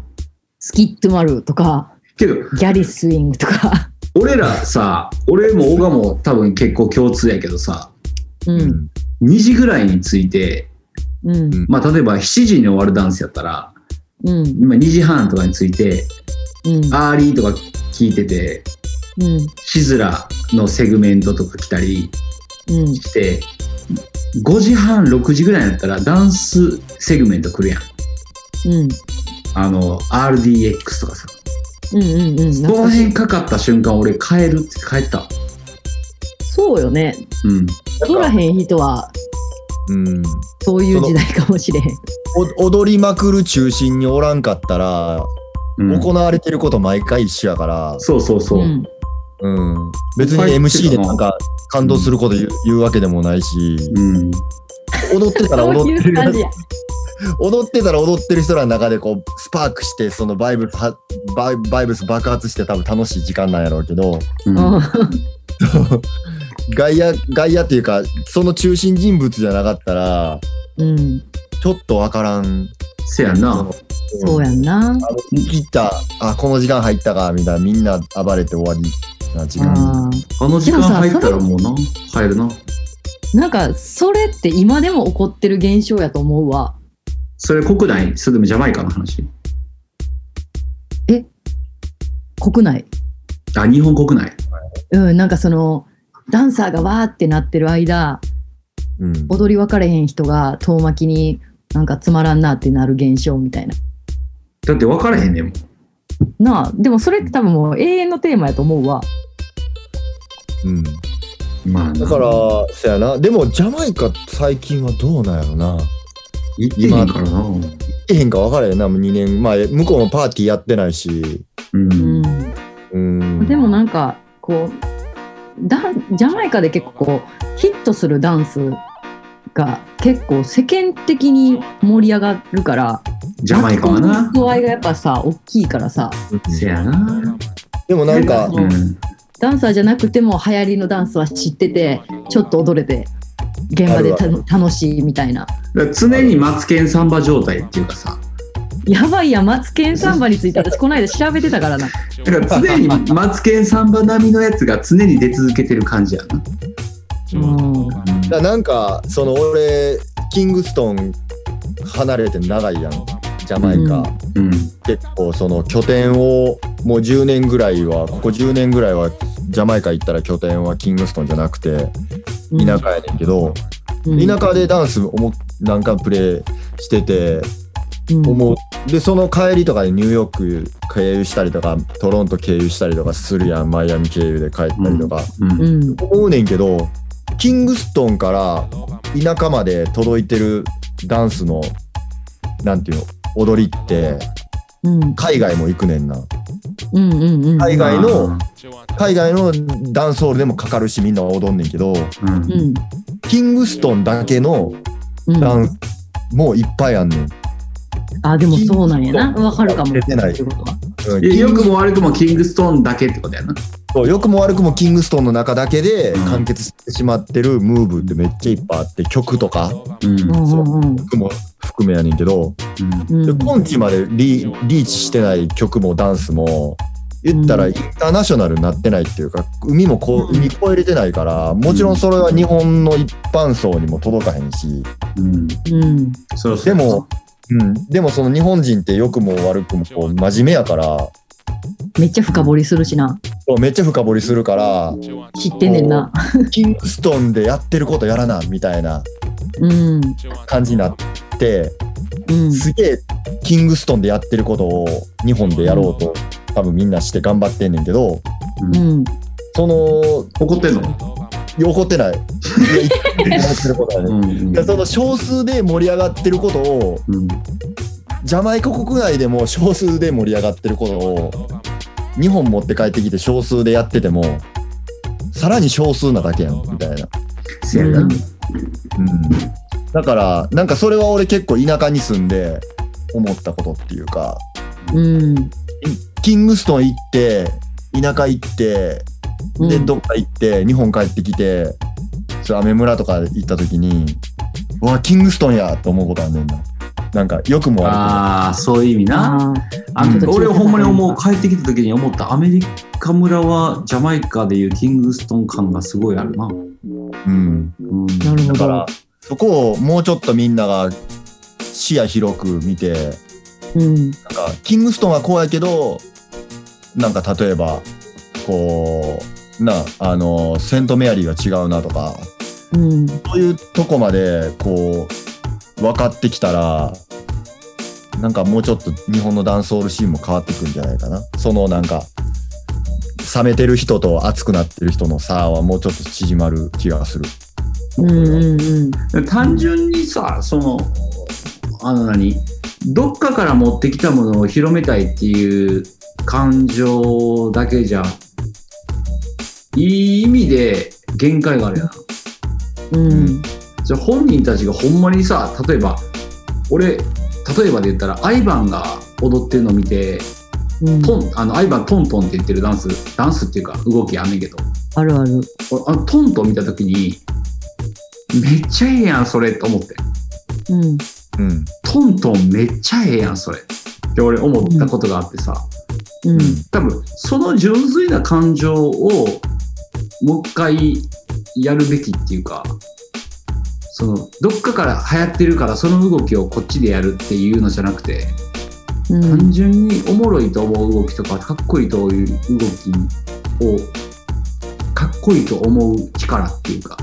A: スキットマルとか
B: けど
A: ギャリスイングとか
B: 俺らさ俺も小川も多分結構共通やけどさ
A: うん
B: 2時ぐらいについて
A: うん
B: まあ例えば7時に終わるダンスやったら
A: うん
B: 今2時半とかについて
A: うん
B: アーリーとか聞いてて
A: うん
B: シズラのセグメントとか来たり
A: うん
B: して5時半6時ぐらいになったらダンスセグメント来るやん
A: うん
B: あの RDX とかさ
A: うんうんうん
B: こ
A: 懐
B: の
A: かしい
B: 辺かかった瞬間俺帰るって帰った
A: そうよね
B: うん
A: 踊らへん人は
C: うん
A: そういう時代かもしれへん
C: お踊りまくる中心におらんかったら、
B: うん
C: 行われてること毎回一緒やから、
B: そうそうそう、
A: うん
C: うん、別に MC でなんか感動すること言う,、言うわけでもないし、
B: うん
C: 踊ってたら
A: そう
C: 踊っ
A: い
C: て
A: う感じ
C: る
A: や。
C: <laughs> 踊ってたら踊ってる人らの中でこうスパークしてそのバイブスはバイバイブス爆発して多分楽しい時間なんやろうけど
A: うん
C: 外野外野っていうかその中心人物じゃなかったら
A: うん、
C: ちょっとわからん
B: せやな。
A: そうやんな。
C: あの切ったあこの時間入ったかみたいなみんな暴れて終わりな時間
A: あ
B: あの時間入ったらもうな、入るな。
A: ーなんか、それって今でも起こってる現象やと思うわ。
B: それ国内、それでもジャマイカの話。
A: 国内。
B: あ、日本国内。
A: うん、なんかその、ダンサーがわーってなってる間、
C: うん
A: 踊り分かれへん人が遠巻きになんかつまらんなってなる現象みたいな。
B: だって分からへんねんもん。
A: なあ、でもそれって多分もう永遠のテーマやと思うわ。
C: うん
B: まあな、
C: だからそやなでもジャマイカ最近はどうなんやろな
B: 行ってへんからな。
C: 行ってへんか分からへんなもう2年前向こうもパーティーやってないし
B: う。
A: うんん。
C: うん
A: でもなんか、こう、ダンジャマイカで結構ヒットするダンスが結構世間的に盛り上がるから、
B: ジャマイカはな。
A: 度合いがやっぱさ、大きいからさ、
B: せやな。
C: でもなんか
A: うん
B: うん。
A: ダンサーじゃなくても流行りのダンスは知ってて、ちょっと踊れて、現場でた
C: ある
A: 楽しいみたいな。
B: だから常にマツケンサンバ状態っていうかさ、
A: やばいやん、マツケンサンバについて私この間調べてたからな。
B: だから常
C: <laughs>
B: にマツケンサンバ並みのやつが常に出続けてる感じやな。
A: うん。
C: だなんかその俺キングストン離れて長いやんジャマイカ、
A: うん
B: うん。
C: 結構その拠点をもう10年ぐらいはここ10年ぐらいはジャマイカ行ったら拠点はキングストンじゃなくて田舎やねんけど、
A: うん
C: 田舎でダンスをもなんかプレイしてて
A: うん
C: 思うでその帰りとかでニューヨーク経由したりとかトロント経由したりとかするやんマイアミ経由で帰ったりとか、
B: う。
A: うんん。
C: 思うねんけどキングストンから田舎まで届いてるダンスのなんていうの踊りって
A: うん。
C: 海外も行くねんな
A: うん。うん。うん。
C: 海外の
B: あ
C: 海外のダンスホールでもかかるしみんな踊んねんけど
B: ーうん
A: うん。
C: キングストンだけの
A: うん
C: ダンスもいっぱいあんねん、
A: あ、でもそうなんやな。わかるかも。
C: 出てない
A: ってことは
C: うん
B: え
C: キ
B: 良
C: ング
B: くも悪くもキングストーンだけってことやな。
C: そう良くも悪くもキングストンの中だけで完結してしまってるムーブってめっちゃいっぱいあって曲とか
B: うん。うん。
A: うん。うん。
C: 服も含めやねんけど
A: うん。
C: で
A: うん。
C: 今期までリリーチしてない曲もダンスも言ったら
A: う
C: イ
A: ん
C: ンターナショナルになってないっていうか海もこ
A: う
C: うん海越えれてないからもちろんそれは日本の一般層にも届かへんし
B: うん。
A: うん。
B: そろそ
C: で
B: ろ
C: も、うん、でもその日本人って良くも悪くもこう真面目やから
A: めっちゃ深掘りするしな。
C: そうめっちゃ深掘りするから
A: 知ってんねんな。
C: キングストンでやってることやらなみたいな
A: うん。
C: 感じになって
A: うん。
C: すげえキングストンでやってることを日本でやろうと多分みんなして頑張ってんねんけど
A: うん。
C: その
B: 怒ってんの
C: 怒って <laughs> ない。いや怒ってることはね
B: う。ん
C: いやその少数で盛り上がってることを
B: うん。
C: ジャマイカ国内でも少数で盛り上がってることを日本持って帰ってきて少数でやっててもさらに少数なだけやんみたいな、
B: せやな。
A: うん
C: うん、だからなんかそれは俺結構田舎に住んで思ったことっていうか
A: うん。
C: キングストン行って田舎行って
A: うん
C: でどっか行って日本帰ってきてそうアメ村とか行った時にうわキングストンやと思うことあんねんななんか良くも悪
B: ああ、そういう意味な。
A: あ
B: あ
C: うん
B: 俺ほんまに思う帰ってきた時に思ったアメリカ村はジャマイカでいうキングストン感がすごいあるな。
C: くも、うん、
B: うん
A: ーなるほ
C: だか
A: ど
C: ら。そこをもうちょっとみんなが視野広く見て
A: うん。
C: なんかキングストンはこうやけどなんか例えばこうなあのセントメアリーが違うなとか
A: うん。
C: そういうとこまでこう分かってきたらなんかもうちょっと日本のダンスホールシーンも変わってくんじゃないかなそのなんか冷めてる人と熱くなってる人の差はもうちょっと縮まる気がする。
A: うん。うん。うん。
B: 単純にさそのあの何どっかから持ってきたものを広めたいっていう感情だけじゃいい意味で限界があるやん
A: うん。
B: じゃあ本人たちがほんまにさ例えば俺例えばで言ったらアイバンが踊ってるの見て
A: うん、
B: トンあのアイバントントンって言ってるダンスダンスっていうか動きやんねんけど
A: あるある。
B: 俺あのトントン見た時にめっちゃええやんそれと思って
A: うん。
C: うん。
B: トントンめっちゃええやんそれって俺思ったことがあってさ、
A: うん。
B: 多分その純粋な感情をもう一回やるべきっていうかそのどっかから流行ってるからその動きをこっちでやるっていうのじゃなくて、
A: うん。
B: 単純におもろいと思う動きとかかっこいいという動きをかっこいいと思う力っていうか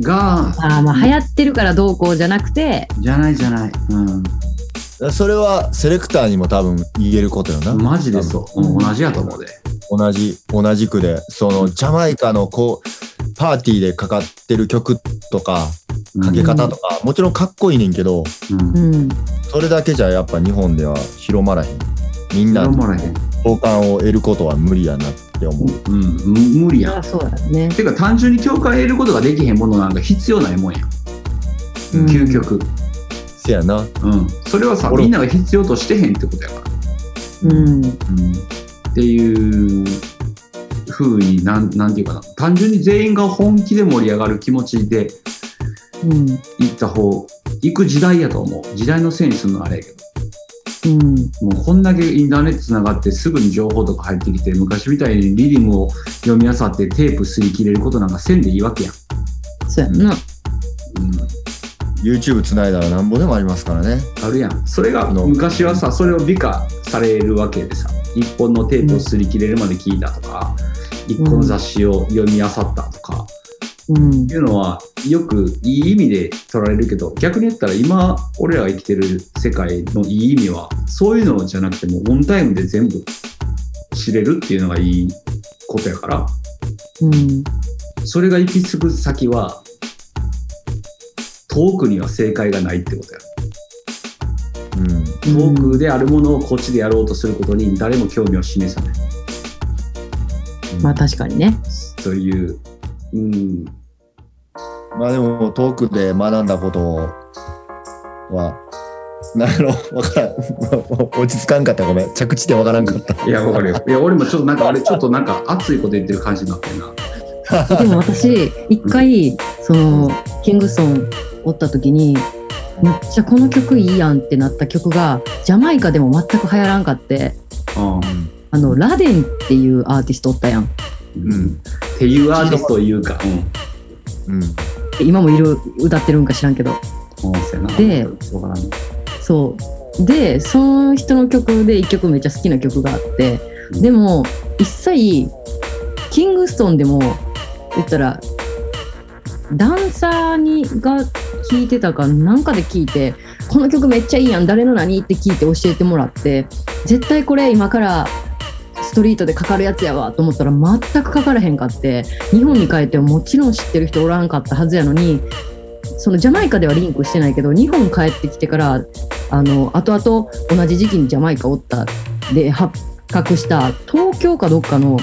B: が
A: あーまあ、流行ってるからどうこうじゃなくて、
B: じゃないじゃない、う
C: それはセレクターにも多分言えることよな。
B: ん、マジでそう、うん同じやと思うで。
C: 同じ、同じくで、そのジャマイカのこう、パーティーでかかってる曲とか、
B: うん
C: かけ方とか、もちろんかっこいいねんけど、
B: うん
A: うん。
C: それだけじゃやっぱ日本では広まらへん。みんな
B: 広
C: の
B: まらへん
C: 共感を得ることは無理やなって思う。
B: うん、む無理やん
A: あそうだね。
B: てか単純に共感得ることができへんものなんか必要ないもんや、
A: うん
B: 究極、
C: せやな。
B: うん、それはさ
C: 俺
B: みんなが必要としてへんってことやから、
A: うん。
B: うん、っていうふうになんなんていうかな単純に全員が本気で盛り上がる気持ちで
A: うん。
B: いった方行く時代やと思う時代のせいにするのはあれやけど
A: うん。
B: もうこんだけインターネットつながってすぐに情報とか入ってきて昔みたいにリリムを読み漁ってテープ吸い切れることなんかせんでいいわけやん、
A: そうやんな。
B: うん
C: YouTube つないだらなんぼでもありますからね。
B: あるやんそれが
C: あの
B: 昔はさそれを美化されるわけでさ一本のテープを擦り切れるまで聞いたとか一個の雑誌を読み漁ったとか、
A: うん
B: って。いうのはよくいい意味で取られるけど逆に言ったら今俺らが生きてる世界のいい意味はそういうのじゃなくてもうオンタイムで全部知れるっていうのがいいことやから
A: うん。
B: それが行き着く先は遠くには正解がないってことや
C: うん。
B: 遠くであるものをこっちでやろうとすることに誰も興味を示さない
A: まあ確かにね。
B: という、うん、
C: まあでも、トークで学んだことは、なんやろ、わからん。 <laughs> 落ち着かんかった。ごめん。着地でわからんかった。
B: いやわかるよいや俺もちょっとなんかあれちょっとなんか熱いこと言ってる感じになってるな
A: でも私、一回、その、キングソンおった時に、めっちゃこの曲いいやんってなった曲が、ジャマイカでも全く流行らんかって、あの、ラデンっていうアーティストおったやん。
B: うん、っていうアーティストを言うかうん
C: うん。
A: 今もいる、歌ってるんか知らんけど。
B: 音声な
A: で
B: わからん
A: そう。で、その人の曲で一曲めっちゃ好きな曲があって、でも、一切、キングストンでも、言ったら、ダンサーにが聴いてたかなんかで聴いて、この曲めっちゃいいやん、誰の何って聞いて教えてもらって、絶対これ今からストリートでかかるやつやわと思ったら全くかからへんかって、日本に帰ってももちろん知ってる人おらんかったはずやのに、そのジャマイカではリンクしてないけど、日本帰ってきてから、あの、後々同じ時期にジャマイカおったで発覚した東京かどっかの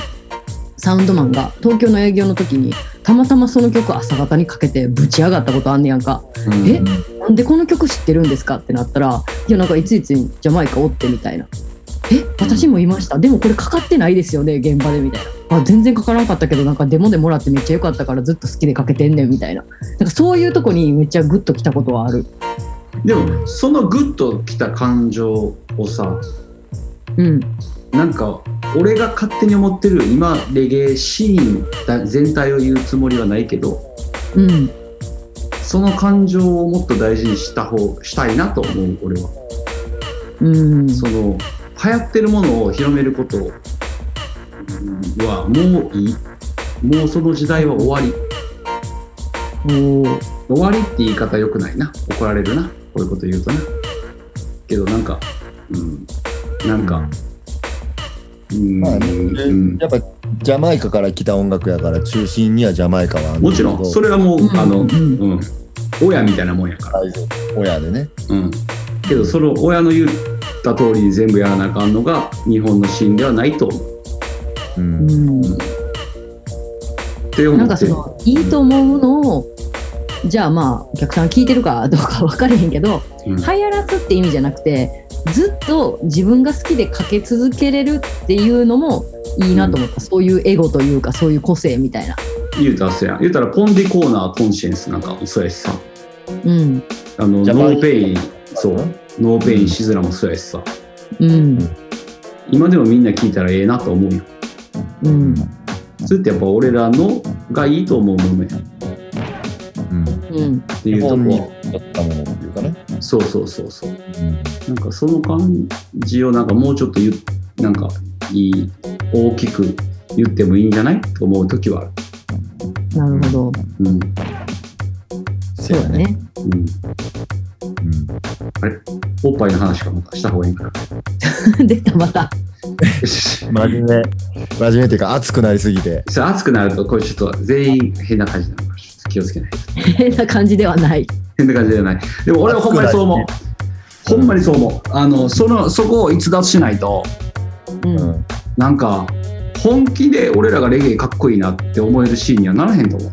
A: サウンドマンが東京の営業の時にたまたまその曲朝方にかけてぶち上がったことあんねやんか。
B: うん
A: えなんでこの曲知ってるんですかってなったら、いやなんかいついつにジャマイカおってみたいな。え私もいました。でもこれかかってないですよね、現場でみたいな。あ全然かからんかったけど、なんかデモでもらってめっちゃ良かったからずっと好きでかけてんねんみたいな。なんかそういうとこにめっちゃグッときたことはある。
B: でもそのグッときた感情をさ
A: うん。
B: なんか俺が勝手に思ってる今レゲエシーンだ全体を言うつもりはないけど
A: うん。
B: その感情をもっと大事にした方したいなと思う俺は。
A: うん。
B: その流行ってるものを広めることはもういいもうその時代は終わり
A: おー
B: 終わりって言い方良くないな怒られるなこういうこと言うとなけどなんかうんなんかうん、
C: まあね
B: うん
C: やっぱジャマイカから来た音楽やから中心にはジャマイカはあ
B: もちろんそ
C: れ
B: れはもう、
A: うん
B: あ
A: う
B: の、うんん、親みたいなもんやから
C: 親でね
B: うんけどその親の言った通りに全部やらなあかんのが日本のシーンではないと思う
A: う
C: う
A: んん
B: って思って
A: なんかそのいいと思うものをじゃあまあお客さん聞いてるかどうか分かれへんけど、
B: う
A: 流
B: ん
A: 行らすって意味じゃなくてずっと自分が好きでかけ続けれるっていうのもいいなと思った、そういうエゴというかそういう個性みたいな。
B: 言うたらそうやん言うたらポンディコーナーコンシェンスなんかもそうやしさ
A: うん
B: あのノ
C: ジャパン
B: ーペインそうノーペインシズラもそうやしさ
A: うん
B: 今でもみんな聞いたらええなと思うよ
A: うん
B: それってやっぱ俺らのがいいと思うものや
A: うん
B: っていうと
C: 本に
B: こ
C: だったものっていうかね。
B: そうそうそうそうなんかその感じをなんかもうちょっと言うなんかいい大きく言ってもいいんじゃないと思う時はある
A: なるほど
B: うん
C: そ
A: そううだ
C: やね。
A: ね。 <laughs>
B: うん
C: うん
B: おっぱいの話かもかした方がいいんか <laughs> な
A: 出たまた。
C: 真面目。真面目っていうか、熱くなりすぎて。
B: そう熱くなるとこれちょっと全員変な感じになるからちょっと気をつけない
A: 変な感じではない。
B: 変な感じじゃないでも俺はほんまにそう思うほんまにそう思うあのそのそこを逸脱しないと
A: うん
C: う。ん。
B: なんか本気で俺らがレゲエかっこいいなって思えるシーンにはならへんと思う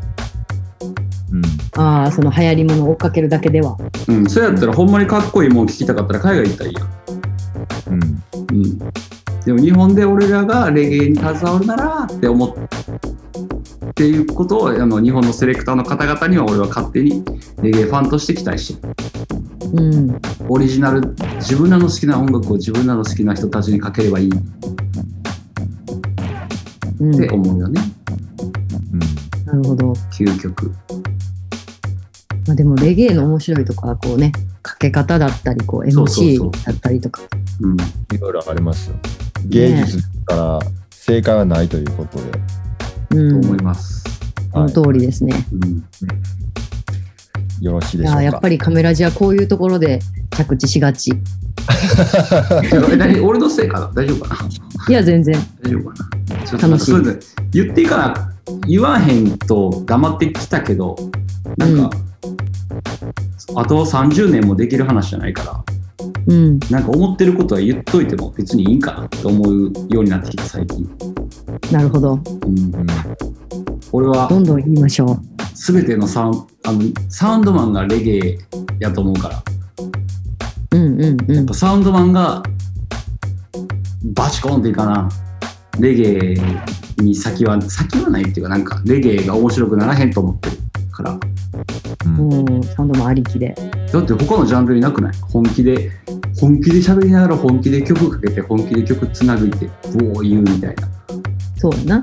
A: ああその流行りものを追っかけるだけでは。
B: うん、それやったらほんまにかっこいいもん聞きたかったら海外行ったらいいやん
C: うん。
B: うん、でも日本で俺らがレゲエに携わるならって思っていうことをあの日本のセレクターの方々には俺は勝手にレゲエファンとして期待してる
A: うん
B: オリジナル自分らの好きな音楽を自分らの好きな人たちにかければいいっ
A: うん。
B: て思うよね、
C: う
A: なるほど。
B: 究極
A: まあ、でもレゲエの面白いとこはこうねかけ方だったりこう
B: そうそうそう
A: MC だったりとか
B: うん
C: ん。いろいろありますよ。芸術から正解はないということで。
A: う
B: と
A: ん
B: 思います、
A: その
C: は
A: 通りですね。
B: うん、
C: い。よろしい
A: い
C: でしょう
A: や
C: か。
A: やっぱりカメラジはこういうところで着地しがち。
B: え何俺のせいかな大丈夫かない
A: や全然。
B: 大丈夫かなちょっとな
A: 楽
B: んか
A: しい
B: そういうの言っていいかな言わへんと黙ってきたけどなんか、あと30年もできる話じゃないか
A: う
B: ら
A: ん
B: なんか思ってることは言っといても別にいいんかなと思うようになってきた最近、
A: なるほど。
B: うん、俺は
A: どんどん言いましょう。
B: 全てのサウンあのサウンドマンがレゲエやと思うから
A: うんうんう
B: やっ
A: ん
B: ぱサウンドマンがバチコンっていうかなレゲエに先は先はないっていうかなんかレゲエが面白くならへんと思ってるから。
C: うん。
A: もうサウンドもありきで。
B: だって他のジャンルいなくない本気で本気で喋りながら本気で曲かけて本気で曲つなぐいてどう言うみたいな
A: そうやな。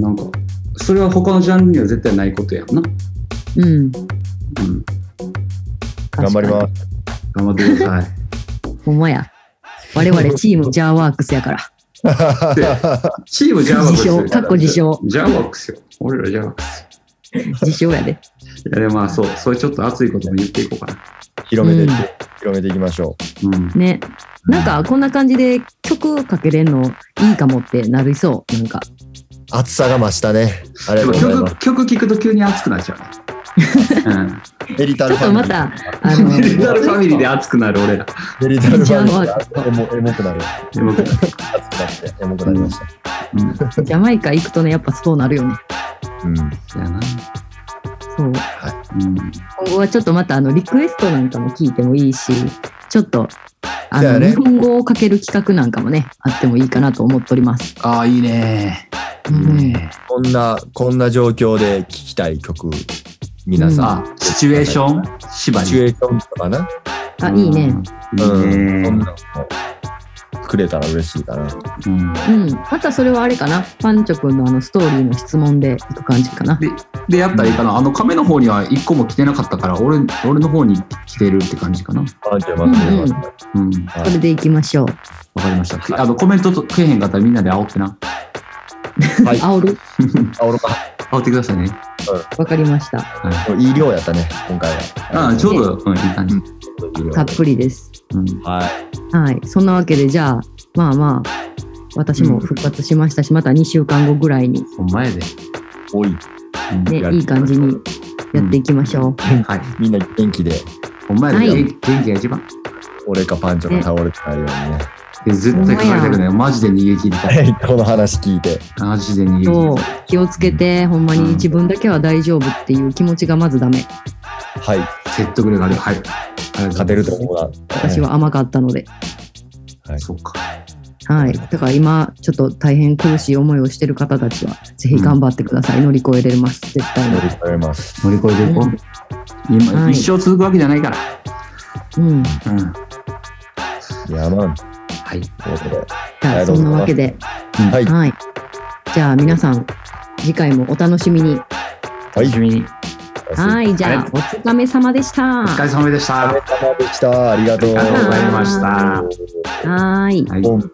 B: なんかそれは他のジャンルには絶対ないことやんな、
A: うん。
B: うん、
C: 頑張り
A: す。
C: ます。
B: 頑張ってください
A: ほんまや。我々チームジャーワークスやから。
C: <laughs>
B: チームジャーワック
A: 自
B: ス
A: 称、かっこ自称、
B: ジャーワックスよ俺らジャーワックス
A: 自称やで。
B: いやでもまあそうそれちょっと熱いことも言っていこうかな
C: 広めてって、広めていきましょ
B: うん
A: ね。なんか、こんな感じで曲かけれんのいいかもってなりそう。なんか。
C: う。暑さが増したね。あり
B: でも
C: がとうございます
B: 曲。曲聴くと急に熱くなっちゃうね、
C: メリタ
A: ちょ
C: ル
A: っ
C: フ
A: と
C: ァミ
A: ま
C: リー。
A: た、あ
B: うん、
A: の、 <laughs>
B: メリタルファミリーで熱くなる俺ら
C: メリタルファミリー。エモエモくなる。
B: でも
C: 暑くなって、エモくなりました。
A: ジャマイカ行くとね、やっぱそうなるよね。
C: うん。
B: そうやな、
A: そう。
B: うん、
A: 今後はちょっとまた、あの、リクエストなんかも聞いてもいいし、ちょっと、あ
C: そう
A: の、
C: やね
A: 日本語をかける企画なんかもね、あってもいいかなと思っております。
B: ああいいね
A: う
B: いい
A: ん。
B: ね
C: こんな、こんな状況で聴きたい曲、皆さん、
B: あシチュエーション縛
C: シ
B: り
C: チュエーションとかな。
A: あ、いいね。
C: うん。
B: いい
C: こん
B: ね
C: なのもくれたら嬉しいかな。
B: うん
A: うん。またそれはあれかな。パンチョ君のあの、ストーリーの質問でいく感じかな。
B: ででやったらいいかなあの亀の方には一個も来てなかったから俺俺の方に来てるって感じかな
C: あじゃあまとめます。
B: うん
A: それでいきましょう。
B: わかりましたくあのコメントとくれへんかったらみんなで煽ってな
C: はい。
A: 煽る
C: あ、おろか。
B: 煽ってくださいね
A: わかりました。
C: いい量やったね、今回は。
B: ああちょうど、うん、いい感じ、
C: いい量
A: たっぷりです。
B: うん
C: はい。
A: はい、そんなわけでじゃあまあまあ私も復活しましたし、また2週間後ぐらいに、
B: ほんまやで、
C: おい、
B: うん
A: ね
C: や、る
A: いい感じにやっていきましょう。
B: はい
C: みんな元気で、
B: ほんまやで、
A: はい
B: 元気元気が一番
C: 俺かパンチョが倒れてないようにね。
B: で絶対かかりたくない。マジで逃げ切りたい。
C: この話聞いて。
B: マジで逃げ切
A: そう
B: りたい。
A: 気をつけてほんまに自分だけは大丈夫っていう気持ちがまずダメ
C: はい。
B: 説得力ある。はい。
C: 勝てると思うが。
A: 私は甘かったので、
C: はい
B: そうか。
A: はい、だから今ちょっと大変苦しい思いをしてる方たちはぜひ頑張ってください、乗り越えれます絶対
C: 乗
A: に
C: り、越えます。
B: 乗り越えていこう。今、
A: はい
B: 一生続くわけじゃないから。
A: うん、
B: うん。はい
C: やまん。
B: い。
C: ということで。
A: じゃ
C: あ
A: あ
C: りがと
A: そ
C: うございます
A: んなわけで、
C: はい。
A: はい、じゃあ皆さん次回もお楽しみに
C: はい。
B: 君に。
A: はいじゃあ
B: はい
A: お疲れ様でした
B: お疲れ
A: は
B: 様でした。あ
C: お疲れ様でした。ありがとう。
B: りがとうございました。
A: ーい
B: はい
C: ボン